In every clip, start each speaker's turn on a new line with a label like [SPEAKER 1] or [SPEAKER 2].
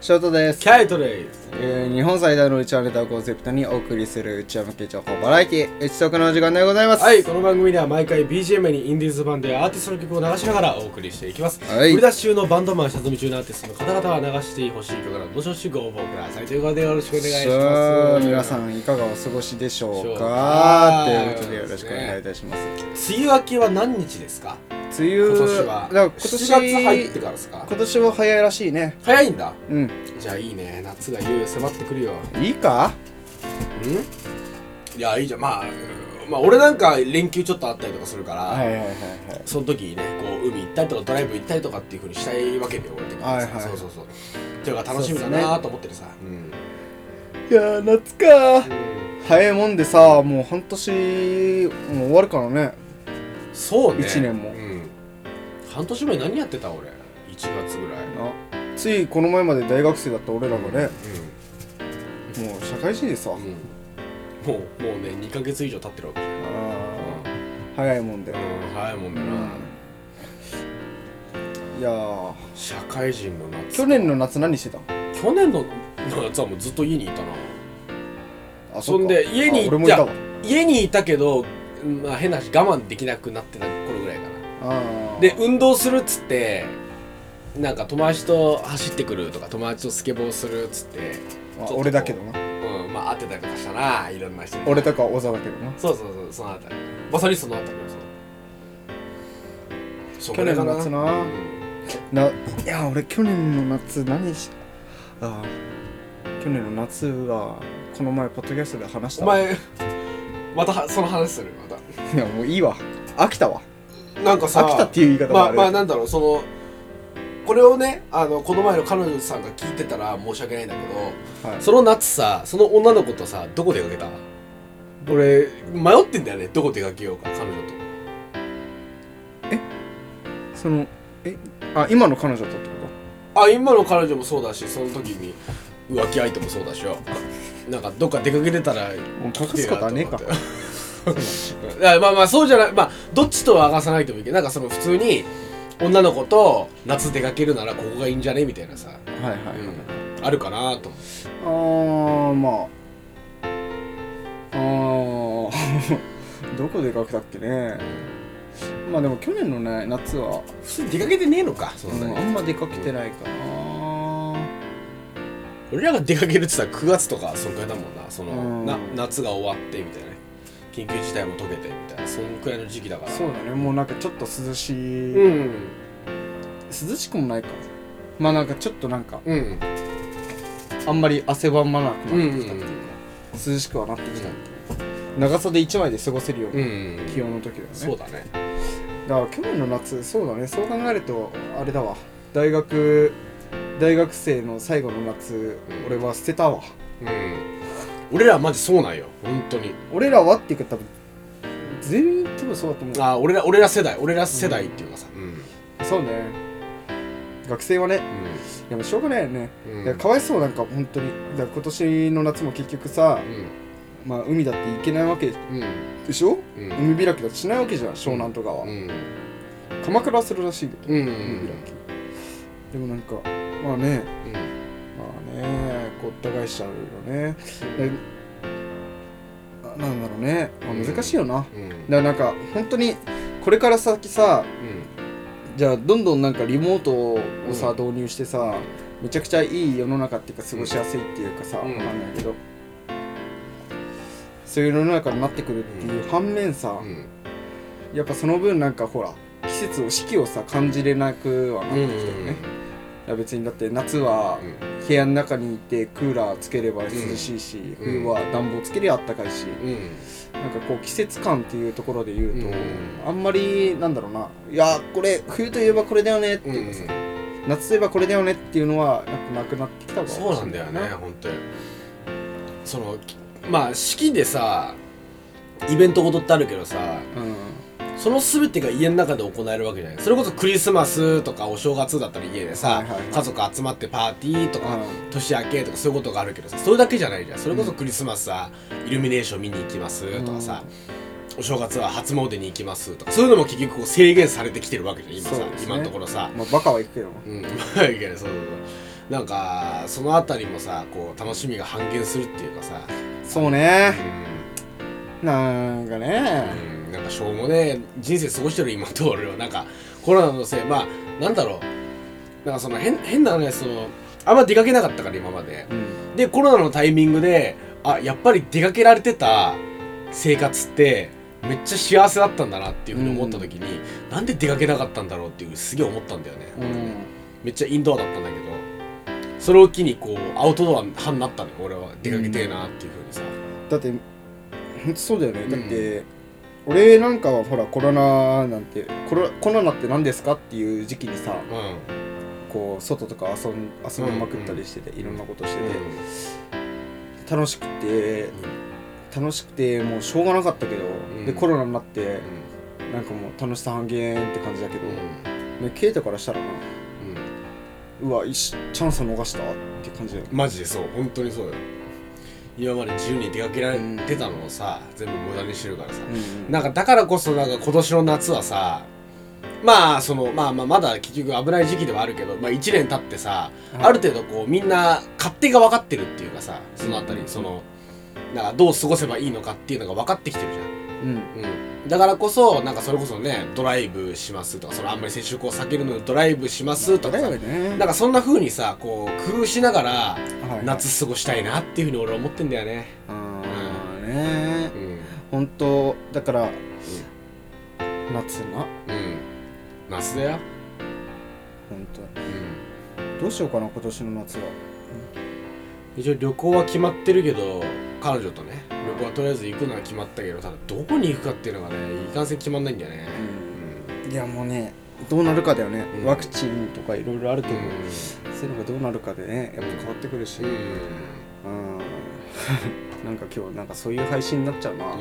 [SPEAKER 1] ショートです
[SPEAKER 2] キ、ャイトレイ
[SPEAKER 1] えー日本最大のうちわネタをコンセプトにお送りするうちわ向け情報バラエティ一足のお時間でございます
[SPEAKER 2] はいこの番組では毎回 BGM にインディーズ版でアーティストの曲を流しながらお送りしていきます、
[SPEAKER 1] はい
[SPEAKER 2] 売り出し中のバンドマン下積み中のアーティストの方々は流してほしい曲などどしどしご応募くださいということでよろしくお願いし
[SPEAKER 1] さあ
[SPEAKER 2] ます
[SPEAKER 1] 皆さ
[SPEAKER 2] ん
[SPEAKER 1] んいかがお過ごしでしょう
[SPEAKER 2] そう
[SPEAKER 1] か
[SPEAKER 2] か
[SPEAKER 1] ということでよろしくお願いいたします
[SPEAKER 2] 梅雨明けは何日ですか
[SPEAKER 1] 梅雨
[SPEAKER 2] 今年
[SPEAKER 1] だ
[SPEAKER 2] は
[SPEAKER 1] から今
[SPEAKER 2] 7
[SPEAKER 1] 年
[SPEAKER 2] 月入ってからですか
[SPEAKER 1] 今年は早いらしいね
[SPEAKER 2] 早いんだ
[SPEAKER 1] うん
[SPEAKER 2] じゃあいいね夏がいよいよ迫ってくるよ
[SPEAKER 1] いいか
[SPEAKER 2] んいやいいじゃんまあまあ俺なんか連休ちょっとあったりとかするから、
[SPEAKER 1] はいはいはいはい
[SPEAKER 2] その時にねこう海行ったりとかドライブ行ったりとかっていうふうにしたいわけで俺的に
[SPEAKER 1] はいはい
[SPEAKER 2] そうそうそうっていうか楽しみだなと思ってるさう,、
[SPEAKER 1] いやー夏か
[SPEAKER 2] ん、
[SPEAKER 1] 早いもんでさもう半年もう終わるからね
[SPEAKER 2] そうね
[SPEAKER 1] 一年も
[SPEAKER 2] うん、半年前何やってた俺1月ぐらい、うん、
[SPEAKER 1] あついこの前まで大学生だった俺らがねもう社会人でさ、
[SPEAKER 2] うんもうもうね2ヶ月以上経ってるわけじゃん
[SPEAKER 1] あー早いもんで、
[SPEAKER 2] うん早いもんだな、
[SPEAKER 1] いやー
[SPEAKER 2] 社会人の夏
[SPEAKER 1] 去年の夏何してたの
[SPEAKER 2] 去年の夏はもうずっと家にいたな
[SPEAKER 1] あ
[SPEAKER 2] そん
[SPEAKER 1] っ
[SPEAKER 2] で
[SPEAKER 1] か
[SPEAKER 2] 家に
[SPEAKER 1] あ俺
[SPEAKER 2] い
[SPEAKER 1] もいた
[SPEAKER 2] た
[SPEAKER 1] わ
[SPEAKER 2] 家にいたけど、まあ、変な話我慢できなくなってた頃ぐらいかな
[SPEAKER 1] あー
[SPEAKER 2] で運動するっつってなんか友達と走ってくるとか友達とスケボーするっつって、
[SPEAKER 1] まあ
[SPEAKER 2] ちょっと
[SPEAKER 1] 俺だけどな
[SPEAKER 2] うん、まあ会ってたりとかしたないろんな人に
[SPEAKER 1] 俺とか小沢だけどな
[SPEAKER 2] そうそうそうそのあたりまさにそのあたりそう
[SPEAKER 1] 去年の夏な
[SPEAKER 2] うん
[SPEAKER 1] ないや俺去年の夏何しあー去年の夏はこの前ポッドキャストで話した
[SPEAKER 2] お
[SPEAKER 1] わ
[SPEAKER 2] 前またはその話するま
[SPEAKER 1] いやもういいわ飽きたわ
[SPEAKER 2] たなんかさ
[SPEAKER 1] 飽きたっていう言い方
[SPEAKER 2] ま
[SPEAKER 1] が
[SPEAKER 2] あ
[SPEAKER 1] ある、
[SPEAKER 2] まあなんだろうそのこれをねあのこの前の彼女さんが聞いてたら申し訳ないんだけど
[SPEAKER 1] はい
[SPEAKER 2] その夏さその女の子とさどこ出かけた俺迷ってんだよねどこ出かけようか彼女と
[SPEAKER 1] そのえあ今の彼女とってこ
[SPEAKER 2] あ今の彼女もそうだしその時に浮気相手もそうだしよなんかどっか出かけてたら
[SPEAKER 1] もう隠すことはねえか
[SPEAKER 2] 来てよと思っていやまあまあそうじゃないまあどっちとは明かさないともいいけどなんかその普通に女の子と夏出かけるならここがいいんじゃねみたいなさ、
[SPEAKER 1] とはいはい、
[SPEAKER 2] うん、あるかなと思って
[SPEAKER 1] あーまああー どこ出かけたっけねまあでも去年のね夏は、
[SPEAKER 2] 普通に出かけてねえのかそんな
[SPEAKER 1] うん
[SPEAKER 2] に、
[SPEAKER 1] あんま出かけてないかな
[SPEAKER 2] 俺らが出かけるって言ったら9月とかそんくらいだもんなその、
[SPEAKER 1] うん
[SPEAKER 2] な夏が終わってみたいなね緊急事態も解けてみたいなそんくらいの時期だから
[SPEAKER 1] そうだねもうなんかちょっと涼しい、
[SPEAKER 2] うん
[SPEAKER 1] 涼しくもないかまあなんかちょっとなんか
[SPEAKER 2] うん
[SPEAKER 1] あんまり汗ばまなく
[SPEAKER 2] うんう
[SPEAKER 1] なってきた、
[SPEAKER 2] ん
[SPEAKER 1] 涼しくはなってきた、長袖一枚で過ごせるよう
[SPEAKER 2] う
[SPEAKER 1] なん気温の時だよね、
[SPEAKER 2] そうだね
[SPEAKER 1] だから去年の夏そうだねそう考えるとあれだわ大学大学生の最後の夏、
[SPEAKER 2] うん
[SPEAKER 1] 俺は捨てたわ
[SPEAKER 2] うん俺らマジそうなんよ本当に
[SPEAKER 1] 俺らはっていうか多分全員多分そうだと思
[SPEAKER 2] あー俺ら俺ら世代俺ら世代っていうかさうん
[SPEAKER 1] うそうね学生はねいやもうしょうがないよね、
[SPEAKER 2] うんうん
[SPEAKER 1] いやかわいそうなんか本当にだから今年の夏も結局さ
[SPEAKER 2] う、ん
[SPEAKER 1] まあ、海だって行けないわけ
[SPEAKER 2] うん
[SPEAKER 1] でしょ、
[SPEAKER 2] うん
[SPEAKER 1] 海開きだってしないわけじゃん湘南とかは、
[SPEAKER 2] うん
[SPEAKER 1] 鎌倉はするらしいけど、
[SPEAKER 2] うん
[SPEAKER 1] 海開きでもなんかまあね
[SPEAKER 2] うん
[SPEAKER 1] まあねごった返しちゃうよねでななんだろうね、まあ、難しいよな、だか
[SPEAKER 2] うんうん
[SPEAKER 1] らなんか本当にこれから先さじゃあどんどんなんかリモートをさ、
[SPEAKER 2] うん
[SPEAKER 1] 導入してさめちゃくちゃいい世の中っていうか過ごしやすいっていうかさ、
[SPEAKER 2] うん
[SPEAKER 1] わかんないけどそういう世の中になってくるっていう反面さ、
[SPEAKER 2] うん
[SPEAKER 1] やっぱその分なんかほら季節を四季をさ感じれなくはなってきてるね、いや別にだって夏は
[SPEAKER 2] うん
[SPEAKER 1] 部屋の中にいてクーラーつければ涼しいし、冬は暖房つけりゃあったかいし、
[SPEAKER 2] うん
[SPEAKER 1] なんかこう季節感っていうところで言うと、
[SPEAKER 2] うん
[SPEAKER 1] あんまりなんだろうないやこれ冬といえばこれだよねって
[SPEAKER 2] うんう
[SPEAKER 1] いうかさ、
[SPEAKER 2] ん
[SPEAKER 1] 夏といえばこれだよねっていうのはやっぱなくなってきたわ
[SPEAKER 2] そうなんだよね本当にそのきまあ式でさイベントごとってあるけどさ
[SPEAKER 1] うん
[SPEAKER 2] その全てが家の中で行えるわけじゃないそれこそクリスマスとかお正月だったら家でさ、
[SPEAKER 1] はいはいはい
[SPEAKER 2] 家族集まってパーティーとか、
[SPEAKER 1] う
[SPEAKER 2] 年明けとかそういうことがあるけどさそれだけじゃないじゃんそれこそクリスマスさ、イルミネーション見に行きますとかさ、お正月は初詣に行きますとかそういうのも結局こう制限されてきてるわけじゃん今さ、
[SPEAKER 1] そうですね
[SPEAKER 2] 今のところさ、
[SPEAKER 1] まあバカは行くけど
[SPEAKER 2] うん、まあいいけどそうそうそうなんかそのあたりもさこう楽しみが半減するっていうかさ
[SPEAKER 1] そう
[SPEAKER 2] う
[SPEAKER 1] ね
[SPEAKER 2] ん
[SPEAKER 1] なんかね
[SPEAKER 2] うんなんかしょうもねえ人生過ごしてる今と俺はなんかコロナのせいまあなんだろうなんかその変変な話そのあんま出かけなかったから今まで
[SPEAKER 1] うん
[SPEAKER 2] でコロナのタイミングであやっぱり出かけられてた生活ってめっちゃ幸せだったんだなっていうふうに思った時に、なんで出かけなかったんだろうっていうすげえ思ったんだよね、
[SPEAKER 1] うん
[SPEAKER 2] めっちゃインドアだったんだけどそれを機にこうアウトドア派になったのよ俺は出かけてえなっていうふうにさ、
[SPEAKER 1] だってほんとそうだよね
[SPEAKER 2] うん
[SPEAKER 1] だって、俺なんかはほらコロナなんてコロコロナって何ですかっていう時期にさ
[SPEAKER 2] うん
[SPEAKER 1] こう外とか遊ん遊びまくったりしてて、いろんなことしてて、楽しくて楽しくてもうしょうがなかったけど、
[SPEAKER 2] ん
[SPEAKER 1] でコロナになってなんかもう楽しさ半減って感じだけど、ねケイタからしたらなうわいしチャンス逃したって感じだよ
[SPEAKER 2] マジでそう本当にそうよ今まで自由に出かけられてたのをさ全部無駄にしてるからさ、
[SPEAKER 1] うん
[SPEAKER 2] なんかだからこそなんか今年の夏はさまあそのまあまあまだ結局危ない時期ではあるけど、まあ、1年経ってさ、
[SPEAKER 1] はい
[SPEAKER 2] ある程度こうみんな勝手が分かってるっていうかさそのあたりそのなんかどう過ごせばいいのかっていうのが分かってきてるじゃん
[SPEAKER 1] うん
[SPEAKER 2] うん、だからこそなんかそれこそねドライブしますとかそのあんまり接触を避けるのでドライブしますとか
[SPEAKER 1] だ
[SPEAKER 2] さ
[SPEAKER 1] よね
[SPEAKER 2] なんかそんな風にさこう工夫しながら
[SPEAKER 1] はい
[SPEAKER 2] 夏過ごしたいなっていう風に俺は思ってんだよね
[SPEAKER 1] あーね
[SPEAKER 2] うん
[SPEAKER 1] 本当だから、夏な
[SPEAKER 2] うん夏だよ
[SPEAKER 1] 本当
[SPEAKER 2] うん
[SPEAKER 1] どうしようかな今年の夏は
[SPEAKER 2] 一応旅行は決まってるけど彼女とね旅行はとりあえず行くのは決まったけどただどこに行くかっていうのがねいかんせん決まんないんだよね
[SPEAKER 1] うんいやもうねどうなるかだよね、
[SPEAKER 2] うん
[SPEAKER 1] ワクチンとかいろいろあるけ
[SPEAKER 2] う
[SPEAKER 1] ど、
[SPEAKER 2] ん
[SPEAKER 1] そういうのがどうなるかでねやっぱ変わってくるし、
[SPEAKER 2] うん、うん
[SPEAKER 1] うん、 なんか今日なんかそういう配信になっちゃうな、
[SPEAKER 2] そ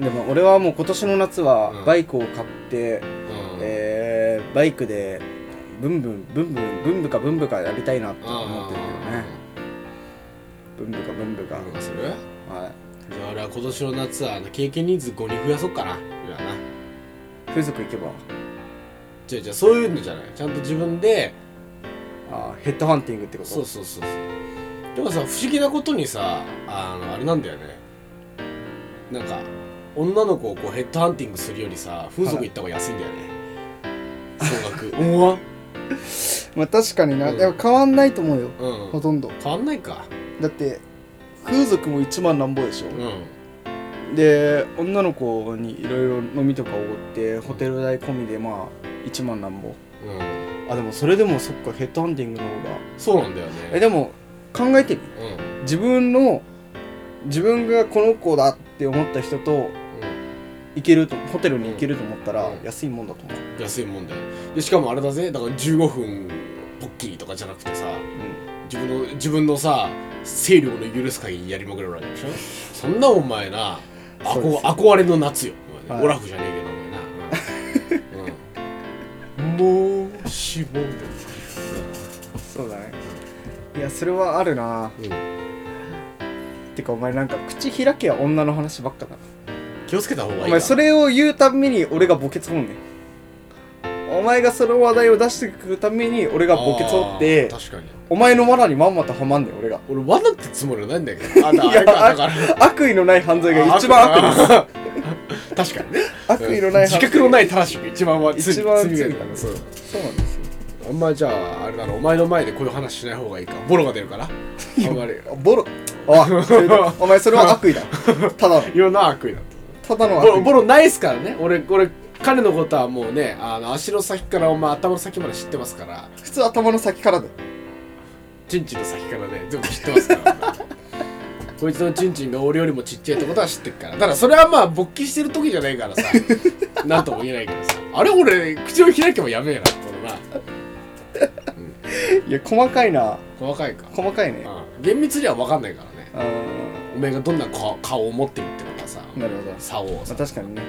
[SPEAKER 2] う
[SPEAKER 1] でも俺はもう今年の夏
[SPEAKER 2] う
[SPEAKER 1] は
[SPEAKER 2] ん
[SPEAKER 1] バイクを買って、
[SPEAKER 2] だうん
[SPEAKER 1] えーバイクでブンブンブンブンブンブかブンブかやりたいなって思ってるけどねブンブかブンブか、
[SPEAKER 2] うんなんかする
[SPEAKER 1] はい
[SPEAKER 2] じゃあ俺は今年の夏はあの経験人数5人増やそうかな。いやな。
[SPEAKER 1] 風俗行けば
[SPEAKER 2] じゃあじゃあそういうのじゃない。ちゃんと自分で、
[SPEAKER 1] あーヘッドハンティングってこと
[SPEAKER 2] そうそうそうそう。でもさ、不思議なことにさ、あの、あれなんだよね。なんか、女の子をこうヘッドハンティングするよりさ、風俗行った方が安いんだよね。総額。思わん
[SPEAKER 1] まあ確かにな、
[SPEAKER 2] うん
[SPEAKER 1] でも変わんないと思うよ
[SPEAKER 2] う
[SPEAKER 1] ほ
[SPEAKER 2] ん。
[SPEAKER 1] とんど
[SPEAKER 2] 変わんないか。
[SPEAKER 1] だって風俗も1万なんぼでしょ、
[SPEAKER 2] うん。
[SPEAKER 1] で女の子にいろいろ飲みとかおごってホテル代込みでまあ1万なんぼ
[SPEAKER 2] うん。
[SPEAKER 1] あでもそれでもそっかヘッドハンティングの方が
[SPEAKER 2] そうなんだよ
[SPEAKER 1] え
[SPEAKER 2] ね。
[SPEAKER 1] でも考えてみ
[SPEAKER 2] うん。うん。
[SPEAKER 1] 自分の自分がこの子だって思った人と行けるとホテルに行けると思ったら
[SPEAKER 2] うん
[SPEAKER 1] 安いもんだと思う、
[SPEAKER 2] 安いもんだよ。で、しかもあれだぜ。だから15分、ポッキリとかじゃなくてさ、自分の自分のさ勢力の許す限りやりまくるわけでしょそんなお前なあ
[SPEAKER 1] そうで
[SPEAKER 2] こ
[SPEAKER 1] す
[SPEAKER 2] 憧れの夏よ、お
[SPEAKER 1] は
[SPEAKER 2] 前ね
[SPEAKER 1] い
[SPEAKER 2] オラフじゃねえけどお前な、うんうん、もうしも
[SPEAKER 1] そうだねいやそれはあるな
[SPEAKER 2] うんうん
[SPEAKER 1] てかお前なんか口開けや女の話ばっかだな
[SPEAKER 2] 気をつけた方がいい
[SPEAKER 1] お前それを言うたんびに俺が墓穴掘んねんお前がその話題を出していくために俺が墓穴掘って
[SPEAKER 2] あー確かに
[SPEAKER 1] お前の罠にまんまとはまんねん俺が
[SPEAKER 2] 俺罠ってつもりはないんだけどあだあれか
[SPEAKER 1] いやあ
[SPEAKER 2] だから
[SPEAKER 1] 悪意のない犯罪が一番悪です
[SPEAKER 2] 悪です確かにね
[SPEAKER 1] 悪意のない
[SPEAKER 2] 自
[SPEAKER 1] 犯罪
[SPEAKER 2] 覚のない正しく一番は罪
[SPEAKER 1] 一番
[SPEAKER 2] 罪
[SPEAKER 1] 罪
[SPEAKER 2] だからそう
[SPEAKER 1] そうなんですよ
[SPEAKER 2] あんまじゃああれだろお前の前でこういう話しない方がいいかボロが出るからあんまり
[SPEAKER 1] あボロあそれだお前それは悪意 だただの
[SPEAKER 2] いろんな悪意だ
[SPEAKER 1] ただの
[SPEAKER 2] ボロ
[SPEAKER 1] 悪
[SPEAKER 2] ボ
[SPEAKER 1] 意
[SPEAKER 2] ロないっすからね俺俺彼のことはもうねあの足の先からお前頭の先まで知ってますから
[SPEAKER 1] 普通頭の先からだよ
[SPEAKER 2] チンチンの先からね全部知ってますから こいつのチンチンが俺よりもちっちゃいってことは知ってるからだからそれはまあ勃起してる時じゃないからさ なんとも言えないけどさあれ俺口を開けばやべえなって俺ない
[SPEAKER 1] や細かいな
[SPEAKER 2] 細かいか、
[SPEAKER 1] 細かいね
[SPEAKER 2] うん、厳密には分かんないからね
[SPEAKER 1] あー
[SPEAKER 2] お前がどんな顔顔を持ってるってことはさ
[SPEAKER 1] なるほどま
[SPEAKER 2] 差を
[SPEAKER 1] あ
[SPEAKER 2] さ
[SPEAKER 1] 確かにね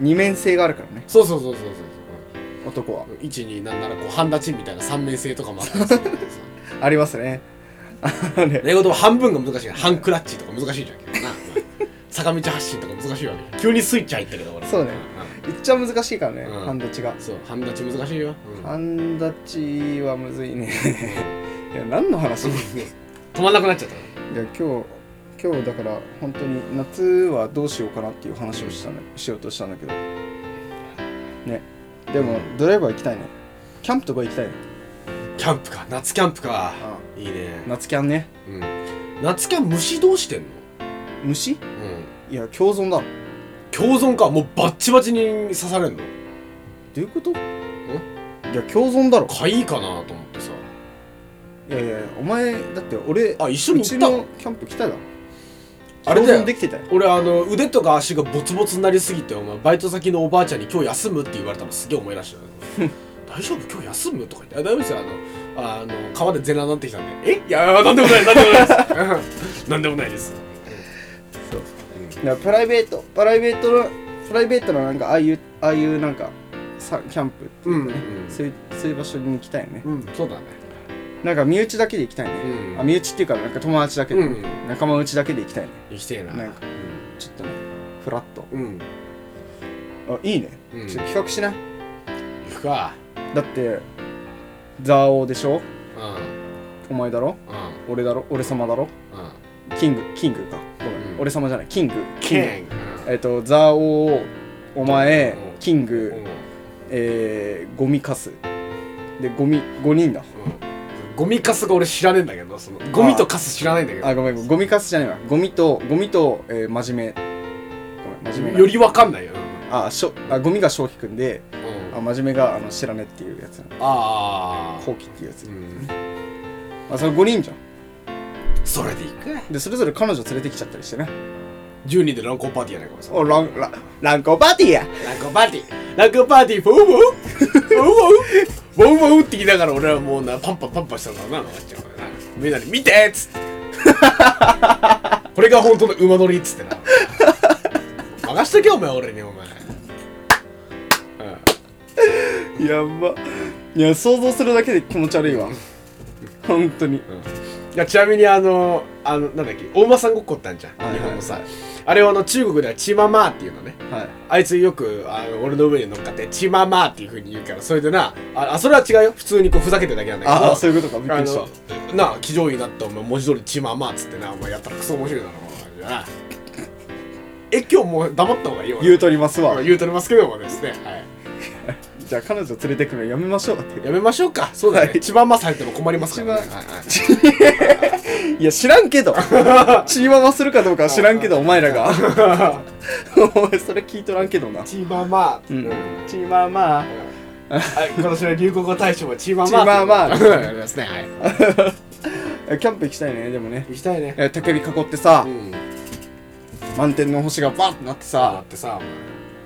[SPEAKER 1] 二面性があるからね
[SPEAKER 2] そうそうそうそうそうそう
[SPEAKER 1] 男は
[SPEAKER 2] 127ならこう半立ちみたいな三面性とかもあったりするけどさ
[SPEAKER 1] ありますねあのね
[SPEAKER 2] 英語でも半分が難しい半クラッチとか難しいじゃんけどな坂道発進とか難しいわけ急にスイッチ入ったけど俺
[SPEAKER 1] そうねいっちゃ難しいからね、
[SPEAKER 2] うん
[SPEAKER 1] 半立ちが
[SPEAKER 2] うんそう半立ち難しいよ、うん
[SPEAKER 1] 半立ちはむずいねいいや何の話 い
[SPEAKER 2] 止まんなくなっちゃった
[SPEAKER 1] や今日今日だから本当に夏はどうしようかなっていう話をしたのしようとしたんだけどねでもドライバー行きたいねキャンプとか行きたいね
[SPEAKER 2] キャンプか夏キャンプ
[SPEAKER 1] あ
[SPEAKER 2] かいいね、
[SPEAKER 1] 夏キャンね
[SPEAKER 2] うん、夏キャン虫どうしてんの、
[SPEAKER 1] 虫
[SPEAKER 2] うん、
[SPEAKER 1] いや共存だろど
[SPEAKER 2] 共存かもうバッチバチに刺されんの
[SPEAKER 1] ういうこといや共存だろ
[SPEAKER 2] かいいかなと思ってさ
[SPEAKER 1] いやいやお前だって俺
[SPEAKER 2] あ一緒に
[SPEAKER 1] う
[SPEAKER 2] 行
[SPEAKER 1] ち
[SPEAKER 2] った
[SPEAKER 1] のキャンプ来ただろ
[SPEAKER 2] あれだ
[SPEAKER 1] 共
[SPEAKER 2] よ
[SPEAKER 1] 存できてたよ
[SPEAKER 2] 俺あの腕とか足がボツボツになりすぎてお前バイト先のおばあちゃんに今日休むって言われたのすげえ思い出し た大丈夫今日休むとか言ってあ大丈夫ですよあのああの川で全裸になってきたんでえいやなんでもないなんでもないですなんでもないです
[SPEAKER 1] そういやプライベートプライベートのプライベートのなんかああいうああいうなんかさキャンプっていうかね、
[SPEAKER 2] うんうん
[SPEAKER 1] そういうそういう場所に行きたいよね、
[SPEAKER 2] うん、そうだね
[SPEAKER 1] なんか身内だけで行きたいね、
[SPEAKER 2] うん
[SPEAKER 1] あ身内っていうかなんか友達だけで、
[SPEAKER 2] うんうん
[SPEAKER 1] 仲間内だけで行きたいね
[SPEAKER 2] 行きてえな
[SPEAKER 1] なんかちょっとねフラッと
[SPEAKER 2] うん、うん、
[SPEAKER 1] あいいね、
[SPEAKER 2] うん
[SPEAKER 1] ちょっと企画しない
[SPEAKER 2] 行くか
[SPEAKER 1] だってザオでしょ
[SPEAKER 2] うんうん
[SPEAKER 1] お前だろ俺だろ俺様だろ
[SPEAKER 2] うん
[SPEAKER 1] キングキングかごめん、
[SPEAKER 2] うん
[SPEAKER 1] 俺様じゃないキング
[SPEAKER 2] キン
[SPEAKER 1] グえっ、とザオお前
[SPEAKER 2] うん
[SPEAKER 1] キン
[SPEAKER 2] うん
[SPEAKER 1] グ、
[SPEAKER 2] うん
[SPEAKER 1] えー、ゴミカスでゴミ5人だ
[SPEAKER 2] ゴミカスが俺知らねえんだけどそのゴミとカス知らないんだけど
[SPEAKER 1] あごめんごめんゴミカスじゃないわゴミとゴミと、えー、真面目ごめん真面目な
[SPEAKER 2] よりわかんないよ、
[SPEAKER 1] あしょあゴミが翔輝くんで
[SPEAKER 2] うんうん
[SPEAKER 1] あ真面目があの知らねっていうやつなの
[SPEAKER 2] あ
[SPEAKER 1] 後期っていうやつ、
[SPEAKER 2] あ、うん、
[SPEAKER 1] まあ、それ5人じゃん
[SPEAKER 2] それでいく
[SPEAKER 1] でそれぞれ彼女連れてきちゃったりしてね
[SPEAKER 2] 10人で乱交パーティーやないかもさ
[SPEAKER 1] おランラランコパーティーや
[SPEAKER 2] 乱交パーティー乱交パーティーフォーフォーフォーフォーフォーフォーって言いながら俺はもうなパンパンパンパンしたんだろうななっちゃうからなみんなに見てっつってこれが本当の馬乗りっつってな任しとけお前俺にお前うん
[SPEAKER 1] やばいや想像するだけで気持ち悪いわ本当に
[SPEAKER 2] いやちなみにあのあのなんだっけお馬さんごっこってあるじゃん、
[SPEAKER 1] はいはい
[SPEAKER 2] 日本のさあれはあの中国ではチママーっていうのね
[SPEAKER 1] はい
[SPEAKER 2] あいつよくあの俺の上に乗っかってチママーっていうふうに言うからそれでなああそれは違うよ普通にこうふざけてるだけなんだけど
[SPEAKER 1] ああそういうことかびっく
[SPEAKER 2] あ
[SPEAKER 1] りした
[SPEAKER 2] のなあ騎乗位になったお前文字通りチママーっつってなお前やったらクソ面白いだろお前なえ今日もう黙った方がいいわ
[SPEAKER 1] 言うとりますわ
[SPEAKER 2] うん言うとりますけどもですね、はい、
[SPEAKER 1] じゃあ彼女連れてくのやめましょうって
[SPEAKER 2] やめましょうかそうだね、
[SPEAKER 1] はい
[SPEAKER 2] チママーされても困りますからね、
[SPEAKER 1] チ
[SPEAKER 2] はいはい
[SPEAKER 1] いや知らんけ どチーママするかどうかは知らんけどお前らが お前それ聞いとらんけどな
[SPEAKER 2] チママー、
[SPEAKER 1] うんチーママ
[SPEAKER 2] はい、今年の流行語大賞はチーマーマー。
[SPEAKER 1] チーマーマー
[SPEAKER 2] ということでありますね。はい。
[SPEAKER 1] えキャンプ行きたいねでもね
[SPEAKER 2] 行きたいね。
[SPEAKER 1] え焚き火囲ってさ、
[SPEAKER 2] うん。
[SPEAKER 1] 満天の星がバッてなって
[SPEAKER 2] だ
[SPEAKER 1] さ
[SPEAKER 2] っ、てさ、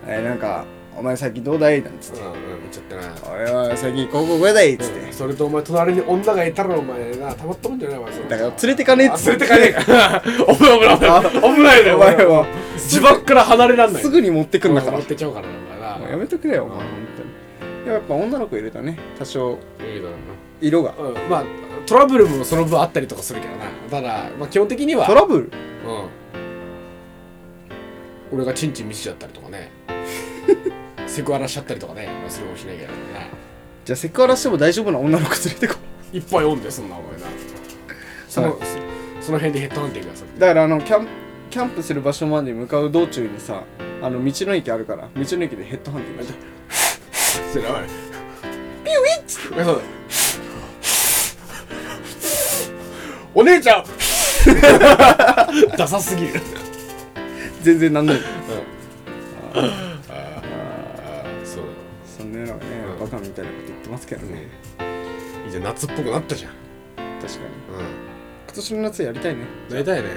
[SPEAKER 1] えーなんか「お前最近どうだい?」なんつっ
[SPEAKER 2] うん
[SPEAKER 1] て
[SPEAKER 2] うん、行っちゃった
[SPEAKER 1] 「
[SPEAKER 2] な
[SPEAKER 1] 俺は最近高校上だい」っつって、
[SPEAKER 2] うん。それとお前隣に女がいたらお前なたまったもんじゃないわ
[SPEAKER 1] だから連れてかねえっ
[SPEAKER 2] あ
[SPEAKER 1] つ
[SPEAKER 2] 連れてかねえか 危ない危ない危ない危ないね
[SPEAKER 1] お
[SPEAKER 2] お
[SPEAKER 1] 前
[SPEAKER 2] 前
[SPEAKER 1] は
[SPEAKER 2] 自爆から離れらんない
[SPEAKER 1] すぐに持ってくんだから
[SPEAKER 2] 持
[SPEAKER 1] も
[SPEAKER 2] ってっちゃうからなお前な
[SPEAKER 1] うやめとくれよお前本当にでもやっぱ女の子入れたね多少
[SPEAKER 2] いいだろ
[SPEAKER 1] 色が
[SPEAKER 2] うなうんまあトラブルもその分あったりとかするけどなただまあ基本的には
[SPEAKER 1] トラブル
[SPEAKER 2] うん俺がチンチン見せちゃったりとか ねセクハラしちゃったりとかねまあするかもしれないけどね
[SPEAKER 1] じゃあセクハラしても大丈夫な女の子連れてこ
[SPEAKER 2] いっぱいおんでそんなお前なその、そその辺でヘッドハンティングがされ
[SPEAKER 1] うだからあのキャンキャンプする場所まで向かう道中にさあの道の駅あるから道の駅でヘッドハンティング して
[SPEAKER 2] それやばいピュイッつってそうだお姉ちゃんダサすぎる
[SPEAKER 1] 全然 なんない
[SPEAKER 2] ああそう
[SPEAKER 1] そんなのがね
[SPEAKER 2] うん
[SPEAKER 1] バカみたいなこと言ってますけど
[SPEAKER 2] だ
[SPEAKER 1] ね
[SPEAKER 2] ねいいじゃん夏っぽくなったじゃん
[SPEAKER 1] 確かに
[SPEAKER 2] う
[SPEAKER 1] 今年の夏やりたいね
[SPEAKER 2] んなりたいね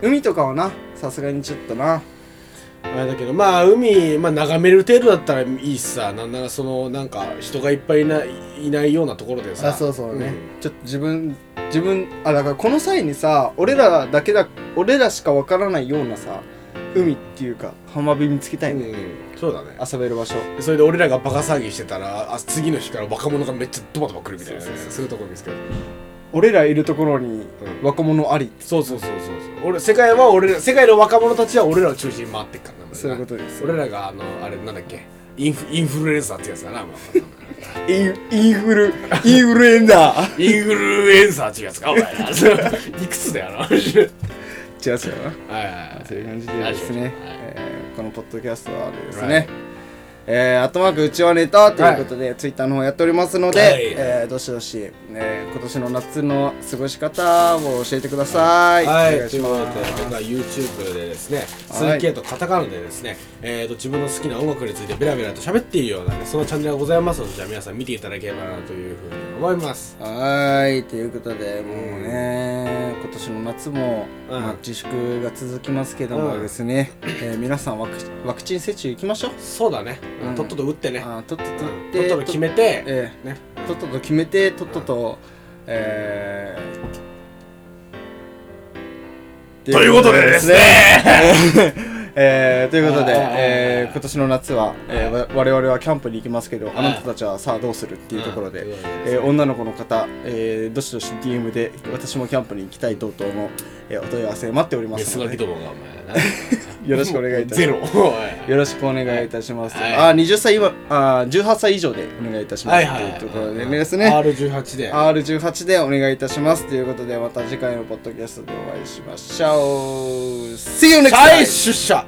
[SPEAKER 1] 海とかはなさすがにちょっとな
[SPEAKER 2] あれだけどまあ海、まあ、眺める程度だったらいいしさなんならそのなんか人がいっぱいいないいないようなところでさ
[SPEAKER 1] あそうそうね、ちょっと自分自分あだからこの際にさ俺らだけだ俺らしかわからないようなさ海っていうか浜辺見つけた
[SPEAKER 2] う
[SPEAKER 1] い
[SPEAKER 2] ん、
[SPEAKER 1] ね、
[SPEAKER 2] うんそうだね
[SPEAKER 1] 遊べる場所
[SPEAKER 2] それで俺らがバカ騒ぎしてたらあ次の日から若者がめっちゃドバドバ来るみたいなね
[SPEAKER 1] そうそうそう
[SPEAKER 2] そういうところ見つけた
[SPEAKER 1] 俺らいるところに
[SPEAKER 2] うん
[SPEAKER 1] 若者あり、
[SPEAKER 2] そうそうそうそうそう俺世界は俺ら世界の若者たちは俺らを中心に回ってっからな
[SPEAKER 1] そういうことです
[SPEAKER 2] 俺らがあのあれなんだっけインフインフルエンサーってやつだな、まあ
[SPEAKER 1] インインフルインフルエンザ
[SPEAKER 2] インフルエンサーっていうやつかお前 らいくつだよなはい
[SPEAKER 1] 違うっすよな
[SPEAKER 2] はいは
[SPEAKER 1] そういう感じで
[SPEAKER 2] はい
[SPEAKER 1] ですね、
[SPEAKER 2] はい
[SPEAKER 1] えーこのポッドキャストはですね、
[SPEAKER 2] はい
[SPEAKER 1] えー、後マークうちはネタということで、ツイッターの方やっておりますので、
[SPEAKER 2] はい
[SPEAKER 1] えーどしどし、えー今年の夏の過ごし方を教えてください。
[SPEAKER 2] はい、
[SPEAKER 1] お願い
[SPEAKER 2] と
[SPEAKER 1] し
[SPEAKER 2] いうことで
[SPEAKER 1] ま
[SPEAKER 2] 僕は YouTube でですね
[SPEAKER 1] はい
[SPEAKER 2] 2K とカタカナでですね、えー、と自分の好きな音楽についてベラベラと喋っているような、ね、そのチャンネルがございますのでじゃあ皆さん見ていただければなというふうに思いま
[SPEAKER 1] す。
[SPEAKER 2] す
[SPEAKER 1] はい、ということで、もうね、今年の夏も、
[SPEAKER 2] うん
[SPEAKER 1] まあ、自粛が続きますけどもですね、えー皆さんワクチンワクチン接種行きましょう。
[SPEAKER 2] そうだね、
[SPEAKER 1] うん
[SPEAKER 2] とっとと打ってね、
[SPEAKER 1] あーとっとと
[SPEAKER 2] う
[SPEAKER 1] 打っ
[SPEAKER 2] ん、と
[SPEAKER 1] て
[SPEAKER 2] っとと決めて、
[SPEAKER 1] えー
[SPEAKER 2] ね
[SPEAKER 1] とっとと決めてとっとと、えー
[SPEAKER 2] ということでですね
[SPEAKER 1] えーということで、
[SPEAKER 2] あー
[SPEAKER 1] えー今年の夏は、えーわ我々はキャンプに行きますけど
[SPEAKER 2] い
[SPEAKER 1] あなたたちはさあどうするっていうところで、
[SPEAKER 2] うん
[SPEAKER 1] えー女の子の方、えーどしどし DM で私もキャンプに行きたい等々の、えーお問い合わせ待っておりま
[SPEAKER 2] メ
[SPEAKER 1] す
[SPEAKER 2] ス
[SPEAKER 1] の
[SPEAKER 2] ガキ
[SPEAKER 1] で
[SPEAKER 2] どもがお前な
[SPEAKER 1] よろしくお願いいたし
[SPEAKER 2] ゼ
[SPEAKER 1] ま
[SPEAKER 2] ロ
[SPEAKER 1] すよろしくお願いいたします、
[SPEAKER 2] はい
[SPEAKER 1] あー20歳今あー18歳以上でお願いいたします、
[SPEAKER 2] はいはい
[SPEAKER 1] というところでですね、
[SPEAKER 2] R18 で
[SPEAKER 1] R18 でお願いいたしますということでまた次回のポッドキャストでお会いしましょう See you next
[SPEAKER 2] 再
[SPEAKER 1] time!
[SPEAKER 2] 出社